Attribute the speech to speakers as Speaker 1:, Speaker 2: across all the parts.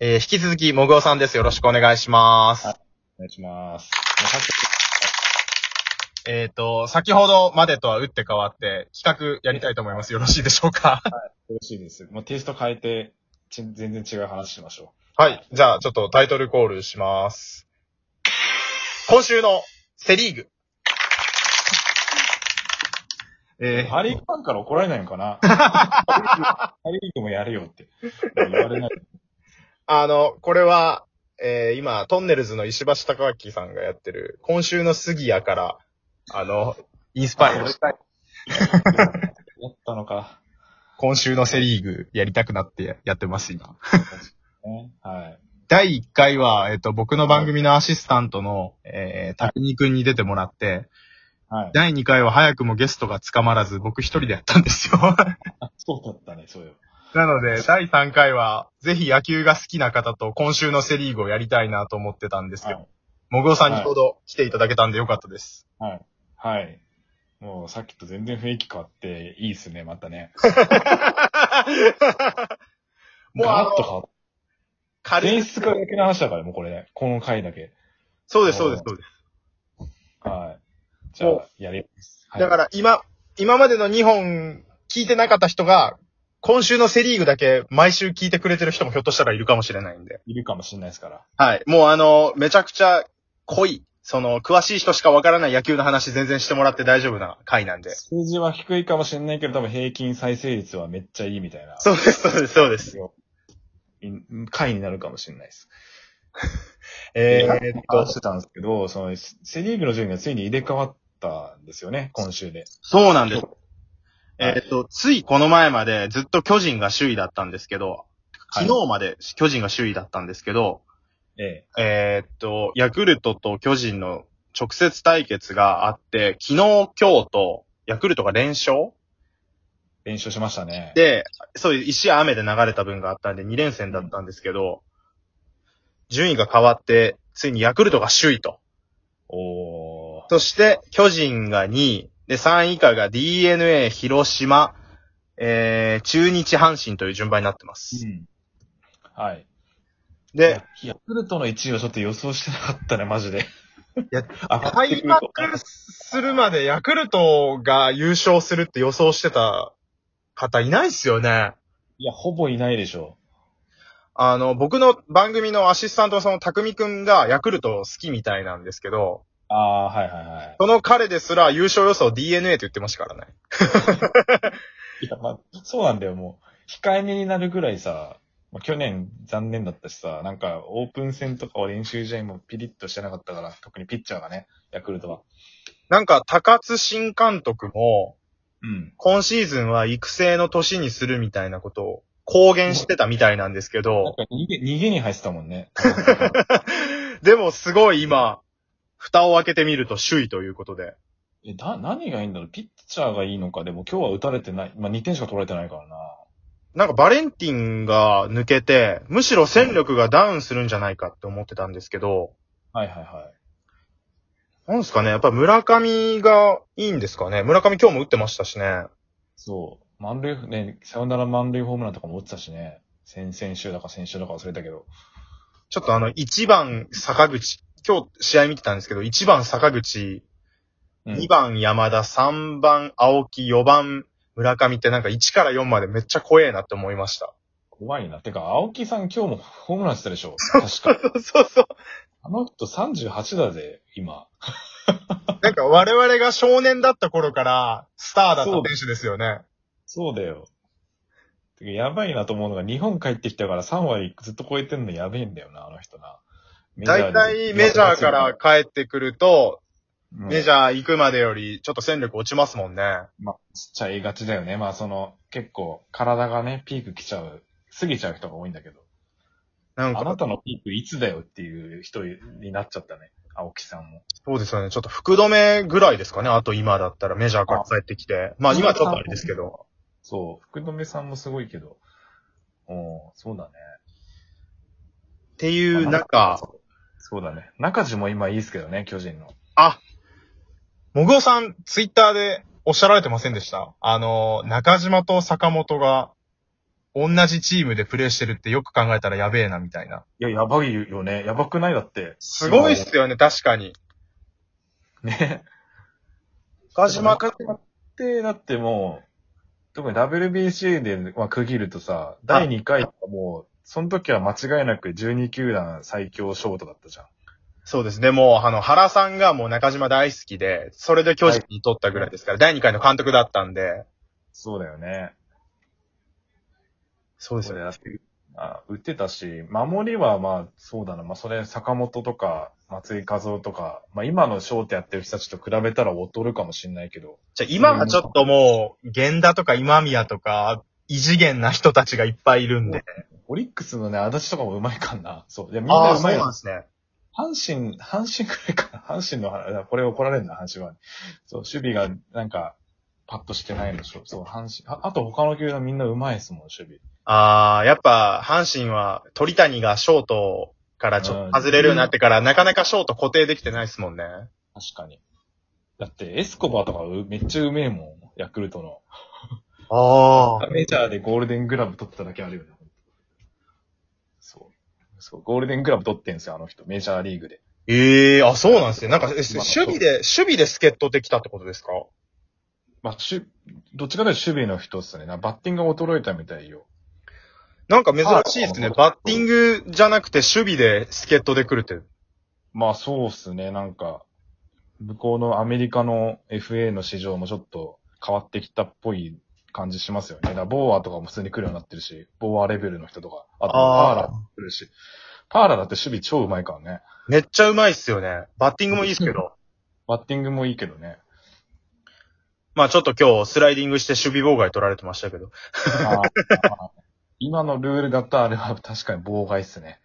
Speaker 1: えー引き続き、もぐおさんです。よろしくお願いします
Speaker 2: は。お願いします。
Speaker 1: えっ、と、先ほどまでとは打って変わって、企画やりたいと思います。よろしいでしょうか
Speaker 2: よろしいです。もうテイスト変えて、ち全然違う話しましょ
Speaker 1: はい。じゃあ、ちょっとタイトルコールします。今週のセリーグ。
Speaker 2: う。
Speaker 1: えー
Speaker 2: ハリーグファンから怒られないのかな ハリーグもやれよって言われない。
Speaker 1: あの、これは、えー今、トンネルズの石橋貴明さんがやってる、今週の杉谷から、あの、インスパイアして
Speaker 2: やったのか。
Speaker 1: 今週のセリーグやりたくなってややってます、今。
Speaker 2: ね、はい。
Speaker 1: 第1回は、えっ、と、僕の番組のアシスタントの、えー、竹にくんに出てもらって、
Speaker 2: はい。
Speaker 1: 第2回は早くもゲストが捕まらず、僕一人でやったんですよ。
Speaker 2: そうだったね、そうよ。
Speaker 1: なので、第3回は、ぜひ野球が好きな方と今週のセリーグをやりたいなと思ってたんですけ
Speaker 2: は
Speaker 1: ど、もぐおさんにちょうど来ていただけたんでよかったです。
Speaker 2: はい。はい。もうさっきと全然雰囲気変わって、いいっすね、またね。
Speaker 1: もうあの
Speaker 2: ガラッと変わった。
Speaker 1: 軽
Speaker 2: 演
Speaker 1: い。
Speaker 2: 出家だけの話だから、もうこれね。この回だけ。
Speaker 1: そうです、そうです、そうです。
Speaker 2: はい。じゃ
Speaker 1: も
Speaker 2: あ、やります。はい
Speaker 1: だから今、今までの2本聞いてなかった人が、今週のセリーグだけ毎週聞いてくれてる人もひょっとしたらいるかもしれないんで。
Speaker 2: いるかもしれないですから。
Speaker 1: はい。もうあの、めちゃくちゃ濃い、その、詳しい人しかわからない野球の話全然してもらって大丈夫な回なんで。
Speaker 2: 数字は低いかもしれないけど、多分平均再生率はめっちゃいいみたいな。
Speaker 1: そうです、そうです、そうです。
Speaker 2: い回になるかもしれないです。
Speaker 1: え
Speaker 2: え
Speaker 1: ー、っ
Speaker 2: 話
Speaker 1: と
Speaker 2: し、てたんですけど、その、セリーグの順位がついに入れ替わったんですよね、今週で。
Speaker 1: そうなんです。
Speaker 2: はい
Speaker 1: えーっと、ついこの前までずっと巨人が首位だったんですけど、
Speaker 2: はい
Speaker 1: 昨日まで巨人が首位だったんですけど、
Speaker 2: え
Speaker 1: えーっと、ヤクルトと巨人の直接対決があって、昨日、今日と、ヤクルトが連勝
Speaker 2: え、練習しましたね。
Speaker 1: で、そういう石や雨で流れた分があったんで2連戦だったんですけど、順位が変わって、ついにヤクルトが首位と。
Speaker 2: おー。
Speaker 1: そして、巨人が2位、で、3位以下が DNA、広島、えー、中日、阪神という順番になってます。
Speaker 2: うん。はい。
Speaker 1: で、
Speaker 2: ヤクルトの1位はちょっと予想してなかったね、マジで。い
Speaker 1: や、
Speaker 2: あ、
Speaker 1: 開幕するまでヤクルトが優勝するって予想してた方いないっすよね。
Speaker 2: いや、ほぼいないでしょ
Speaker 1: あの、僕の番組のアシスタントのその匠くんがヤクルト好きみたいなんですけど、
Speaker 2: う。あー、はいはいはい。
Speaker 1: その彼ですら優勝予想 DNA って言ってましたからね。
Speaker 2: いや、まあ、そうなんだよ、もう。控えめになるぐらいさ、まあ、去年残念だったしさ、なんかオープン戦とかは練習試合もピリッとしてなかったから、特にピッチャーがね、ヤクルトは。
Speaker 1: なんか、高津新監督も、
Speaker 2: うん。
Speaker 1: 今シーズンは育成の年にするみたいなことを公言してたみたいなんですけ
Speaker 2: なん
Speaker 1: ど、
Speaker 2: か逃げ、逃げに入ってたもんね。
Speaker 1: でもすごい今、蓋を開けてみると首位ということで。
Speaker 2: え、だ、何がいいんだろうピッチャーがいいのか、でも今日は打たれてない。まあ、2点しか取られてないからな。
Speaker 1: なんかバレンティンが抜けて、むしろ戦力がダウンするんじゃないかって思ってたんですけど、
Speaker 2: はいはいはい。
Speaker 1: なんですかねやっぱ村上がいいんですかね村上今日も打ってましたしね。
Speaker 2: そう。満塁、ね、サヨナラ満塁ホームランとかも打ってたしね。先々週だか先週だか忘れたけど。
Speaker 1: ちょっとあの、1番坂口、今日試合見てたんですけど、1番坂口、
Speaker 2: うん
Speaker 1: 2番山田、3番青木、4番村上ってなんか1から4までめっちゃ怖えなって思いました。
Speaker 2: 怖いな。てか、青木さん今日もホームランしてたでしょ確か。
Speaker 1: そうそう。
Speaker 2: あの人38だぜ、今。
Speaker 1: なんか我々が少年だった頃からスターだった選手ですよね。
Speaker 2: そうだよ。てかやばいなと思うのが、日本帰ってきたから3割ずっと超えてんのやべえんだよな、あの人な。
Speaker 1: 大体メジャーから帰ってくると、メジ
Speaker 2: ャー。
Speaker 1: ャー行くまでよりちょっと戦力落ちますもんね。
Speaker 2: まあ、ちっちゃいがちだよね。まあ、その、結構、体がね、ピーク来ちゃう、過ぎちゃう人が多いんだけど。
Speaker 1: なん
Speaker 2: あ
Speaker 1: か、
Speaker 2: なたのピークいつだよっていう人になっちゃったね。青木さんも。
Speaker 1: そうですよね。ちょっと福留ぐらいですかね。あと今だったらメジャーから帰ってきて。まあ今ちょっとあれですけど。
Speaker 2: そう、福留さんもすごいけど。おーそうだね。
Speaker 1: っていう中、
Speaker 2: そうだね。中地も今いいですけどね、巨人の。
Speaker 1: あ、もぐおさん、ツイッターでおっしゃられてませんでしたあの、中島と坂本が同じチームでプレーしてるってよく考えたらやべえな、みたいな。
Speaker 2: いや、やばいよね。やばくないだって。
Speaker 1: すごいっすよね、確かに。
Speaker 2: ね。
Speaker 1: 岡島君、
Speaker 2: って、だってもう、特に WBC で、まあ、区切るとさ、第2回とかもう、その時は間違いなく12球団最強ショートだったじゃん。
Speaker 1: そうですね、もう、あの、原さんがもう中島大好きで、それで巨人に取ったぐらいですから、第2回の監督だったんで、
Speaker 2: そうだよね。
Speaker 1: そうです
Speaker 2: そ
Speaker 1: よ
Speaker 2: れ
Speaker 1: ね。
Speaker 2: だって、あ打ってたし、守りはまあ、そうだな。まあ、それ、坂本とか、松井和夫とか、まあ、今のショートやってる人たちと比べたら劣るかもしんないけど、
Speaker 1: じゃあ今はちょっともう、源田とか今宮とか、異次元な人たちがいっぱいいるんで。
Speaker 2: オリックスのね、足立とかもうまいかんな。そう。いや、みん
Speaker 1: あ
Speaker 2: な
Speaker 1: あ、
Speaker 2: う
Speaker 1: そ
Speaker 2: ま
Speaker 1: う
Speaker 2: い
Speaker 1: なん
Speaker 2: よ。
Speaker 1: ですね。
Speaker 2: 阪神、阪神くらいかな。 阪神の話、これ怒られるな、阪神は。そう、守備が、なんか、パッとしてないのでしょ。そう、阪神。ああと他の球団みんなうまいですもん、守備。
Speaker 1: ああ、やっぱ、阪神は、鳥谷がショートからちょっと外れるようになってから、なかなかショート固定できてないですもんね。
Speaker 2: 確かに。だって、エスコバーとかうめっちゃうめえもん、ヤクルトの。
Speaker 1: ああ。
Speaker 2: メジャーでゴールデングラブ取っただけあるよね。そう。そう、ゴールデングラブ取ってんすよ、あの人。メジャーリーグで。
Speaker 1: ええあ、そうなんですね。なんか、え守
Speaker 2: そう
Speaker 1: 備で、守備で助っ人できたってことですか
Speaker 2: まあ、しゅ、どっちかというと守備の人っすね。なバッティングが衰えたみたいよ。
Speaker 1: なんか珍しいですね。
Speaker 2: あ
Speaker 1: バッティングじゃなくて守備で助っ人で来るって。
Speaker 2: まあそうっすね、なんか、向こうのアメリカの FA の市場もちょっと変わってきたっぽい感じしますよね。だからボーアとかも普通に来るようになってるし、ボーアレベルの人とか、あとパ
Speaker 1: あ
Speaker 2: ー
Speaker 1: ー
Speaker 2: ラも来るし、パーラだって守備超うまいからね。
Speaker 1: めっちゃうまいっすよね。バッティングもいいっすけ ど。
Speaker 2: バッティングもいいけどね。
Speaker 1: まあちょっと今日スライディングして守備妨害取られてましたけど。
Speaker 2: まあ今のルールだったらあれは確かに妨害っすね。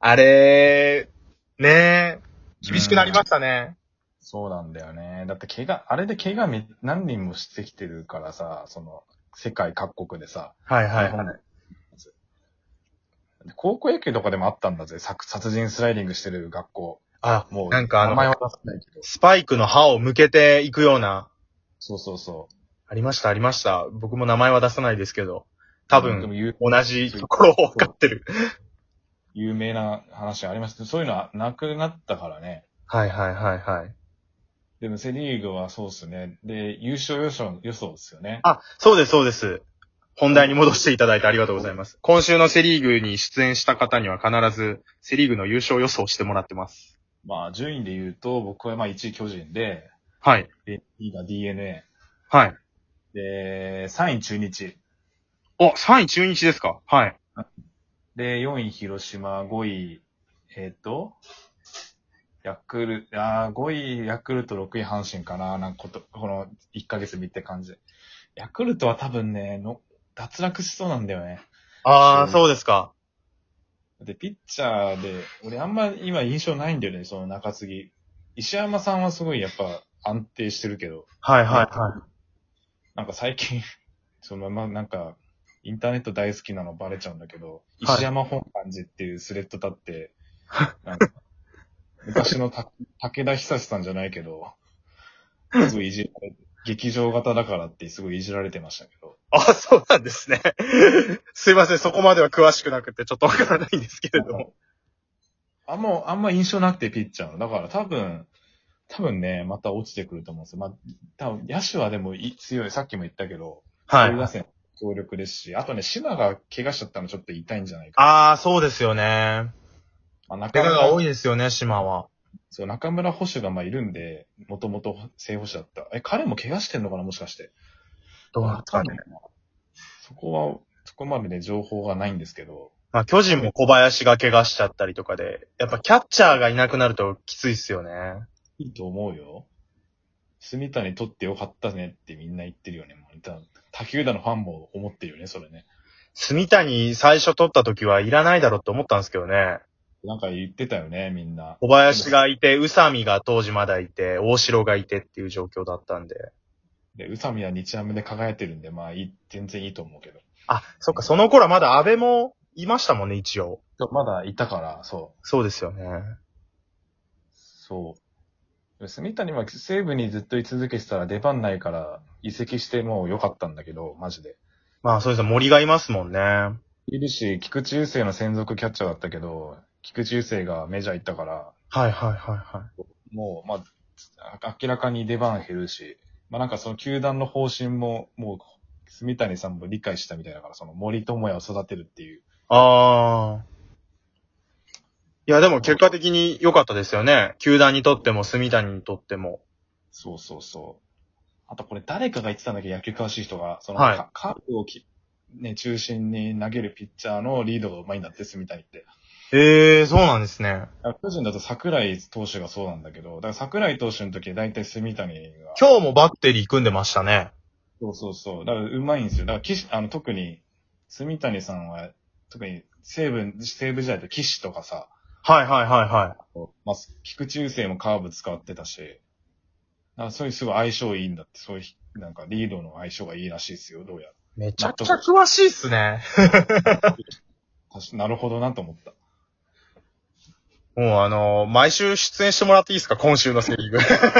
Speaker 1: あれー、ねー、厳しくなりましたね。
Speaker 2: そうなんだよね。だって怪我、あれで怪我め何人もしてきてるからさ、その、世界各国でさ。
Speaker 1: はいはい
Speaker 2: 日本
Speaker 1: はい。
Speaker 2: で高校野球とかでもあったんだぜ。さ殺人スライディングしてる学校。
Speaker 1: あ、
Speaker 2: もう、
Speaker 1: なんかあの
Speaker 2: 名前は出さないけど。
Speaker 1: スパイクの歯を向けていくような、
Speaker 2: そうそうそう。
Speaker 1: ありましたありました。僕も名前は出さないですけど、多
Speaker 2: でも
Speaker 1: 分、
Speaker 2: 有
Speaker 1: 同じところを分かってる。
Speaker 2: 有名な話がありました。そういうのはなくなったからね。
Speaker 1: はいはいはいはい。
Speaker 2: でもセリーグはそうっすね。で、優勝予想、予想ですよね。
Speaker 1: あ、そうです、そうです。本題に戻していただいてありがとうございます。今週のセリーグに出演した方には必ず、セリーグの優勝予想をしてもらってます。
Speaker 2: まあ、順位で言うと、僕はまあ1位巨人で、
Speaker 1: はい。
Speaker 2: で2位が DNA、
Speaker 1: はい。
Speaker 2: で、3位中日、
Speaker 1: お、3位中日ですかはい。
Speaker 2: で、4位広島、5位、えっ、と、ヤクル、あー5位ヤクルト、6位阪神かな、なんかこと、この1ヶ月見って感じ。ヤクルトは多分ね、の、脱落しそうなんだよね。
Speaker 1: あ
Speaker 2: う
Speaker 1: ー、
Speaker 2: ん
Speaker 1: そうですか。
Speaker 2: で、ピッチャーで、俺あんま今印象ないんだよね、その中継ぎ。石山さんはすごいやっぱ安定してるけど、
Speaker 1: はいはいはい。
Speaker 2: なんか最近、 そのままなんか、インターネット大好きなのバレちゃうんだけど、
Speaker 1: はい
Speaker 2: 石山本願寺っていうスレッド 立って、なんか昔のた武田久志さんじゃないけど、すごいいじられて、劇場型だからってすごいいじられてましたけど、
Speaker 1: あ、そうなんですね。すいません、そこまでは詳しくなくて、ちょっとわからないんですけれども。
Speaker 2: あんま、あんま印象なくてピッチャーの。だから多分、多分ね、また落ちてくると思うんですよ。まあ、多分、野手はでもい強い。さっきも言ったけど、
Speaker 1: は
Speaker 2: 上打
Speaker 1: い。
Speaker 2: 線強力ですし、あとね、島が怪我しちゃったのちょっと痛いんじゃないか。
Speaker 1: あー、そうですよね。
Speaker 2: まあ、中
Speaker 1: 怪
Speaker 2: 村
Speaker 1: 我が多いですよね、島は。
Speaker 2: そう、中村捕手がまあいるんで、もともと正捕手だった。え、彼も怪我してんのかなもしかして。
Speaker 1: どうなんですか
Speaker 2: わ
Speaker 1: ね。
Speaker 2: んないなそこは、そこまでね、情報がないんですけど、
Speaker 1: まあ、巨人も小林が怪我しちゃったりとかで、やっぱキャッチャーがいなくなるときついっすよね。
Speaker 2: いいと思うよ。住谷取ってよかったねってみんな言ってるよね。もう多分他球団のファンも思ってるよね、それね。
Speaker 1: 住谷最初取った時はいらないだろうって思ったんですけどね。
Speaker 2: なんか言ってたよね、みんな。
Speaker 1: 小林がいて、宇佐美が当時まだいて、大城がいてっていう状況だったんで。
Speaker 2: で、宇佐美は日ハムで輝いてるんで、まあいい、全然いいと思うけど。
Speaker 1: あ、そっか、その頃はまだ安倍もいましたもんね、一応。
Speaker 2: まだいたから、そう。
Speaker 1: そうですよね。
Speaker 2: そう。住谷は西武にずっと居続けてたら出番ないから移籍してもう良かったんだけど、マジで。
Speaker 1: まあそうですね、森がいますもんね。
Speaker 2: いるし、菊池雄星の専属キャッチャーだったけど、菊池雄星がメジャー行ったから、
Speaker 1: はいはいはいはい。
Speaker 2: もう、まあ、あ明らかに出番減るし、まあなんかその球団の方針も、もう、住谷さんも理解したみたいだから、その森友哉を育てるっていう。
Speaker 1: ああ。いやでも結果的に良かったですよね。球団にとっても、住谷にとっても。
Speaker 2: そうそうそう。あとこれ誰かが言ってたんだけど、野球詳しい人が、その、
Speaker 1: はい
Speaker 2: かカーブをき、ね、中心に投げるピッチャーのリードがうまいんだって、住谷って。
Speaker 1: ええそうなんですね。
Speaker 2: だから巨人だと桜井投手がそうなんだけど、だから桜井投手の時は大体住谷が。
Speaker 1: 今日もバッテリー組んでましたね。
Speaker 2: そうそうそう。だからうまいんですよ。だから岸、あの、特に、住谷さんは、特に西武、西武時代と岸とかさ、
Speaker 1: はいはいはいは
Speaker 2: まあ、菊池雄星もカーブ使ってたし、だからそういうすごい相性いいんだって、そういうひ、なんかリードの相性がいいらしいですよ、どうやら。
Speaker 1: い。めちゃくちゃ詳しいっすね。
Speaker 2: 確かなるほどなと思った。
Speaker 1: もうあのー毎週出演してもらっていいですか今週のセリフ。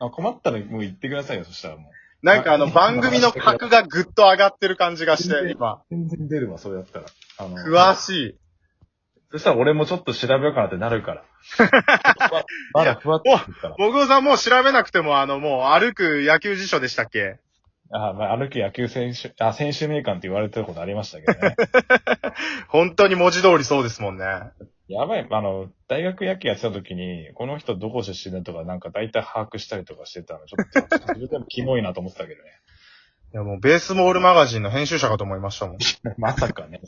Speaker 2: あ困ったらもう言ってくださいよ、そしたらもう。
Speaker 1: なんかあの、番組の格がぐっと上がってる感じがして、今。
Speaker 2: 全然出るわ、それだったら。あの
Speaker 1: 詳しい。
Speaker 2: そしたら俺もちょっと調べようかなってなるから。まだふわっとするから。
Speaker 1: 僕さんもう調べなくても、あの、もう歩く野球辞書でしたっけ
Speaker 2: あ、まあ、歩き野球選手、あ、選手名鑑って言われてることありましたけどね。
Speaker 1: 本当に文字通りそうですもんね。
Speaker 2: やばい、あの、大学野球やってた時に、この人どこ出身だとかなんか大体把握したりとかしてたの、ちょっと、それでもキモいなと思ってたけどね。
Speaker 1: いやもうベースボールマガジンの編集者かと思いましたも ん。ち
Speaker 2: まさかね。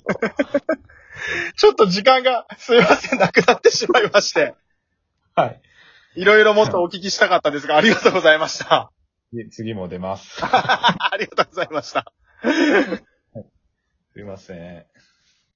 Speaker 1: ょっと時間が、すいません、なくなってしまいまして。
Speaker 2: はい
Speaker 1: いろいろもっとお聞きしたかったですが、ありがとうございました。
Speaker 2: で。次も出ます。
Speaker 1: ありがとうございました。
Speaker 2: すいません。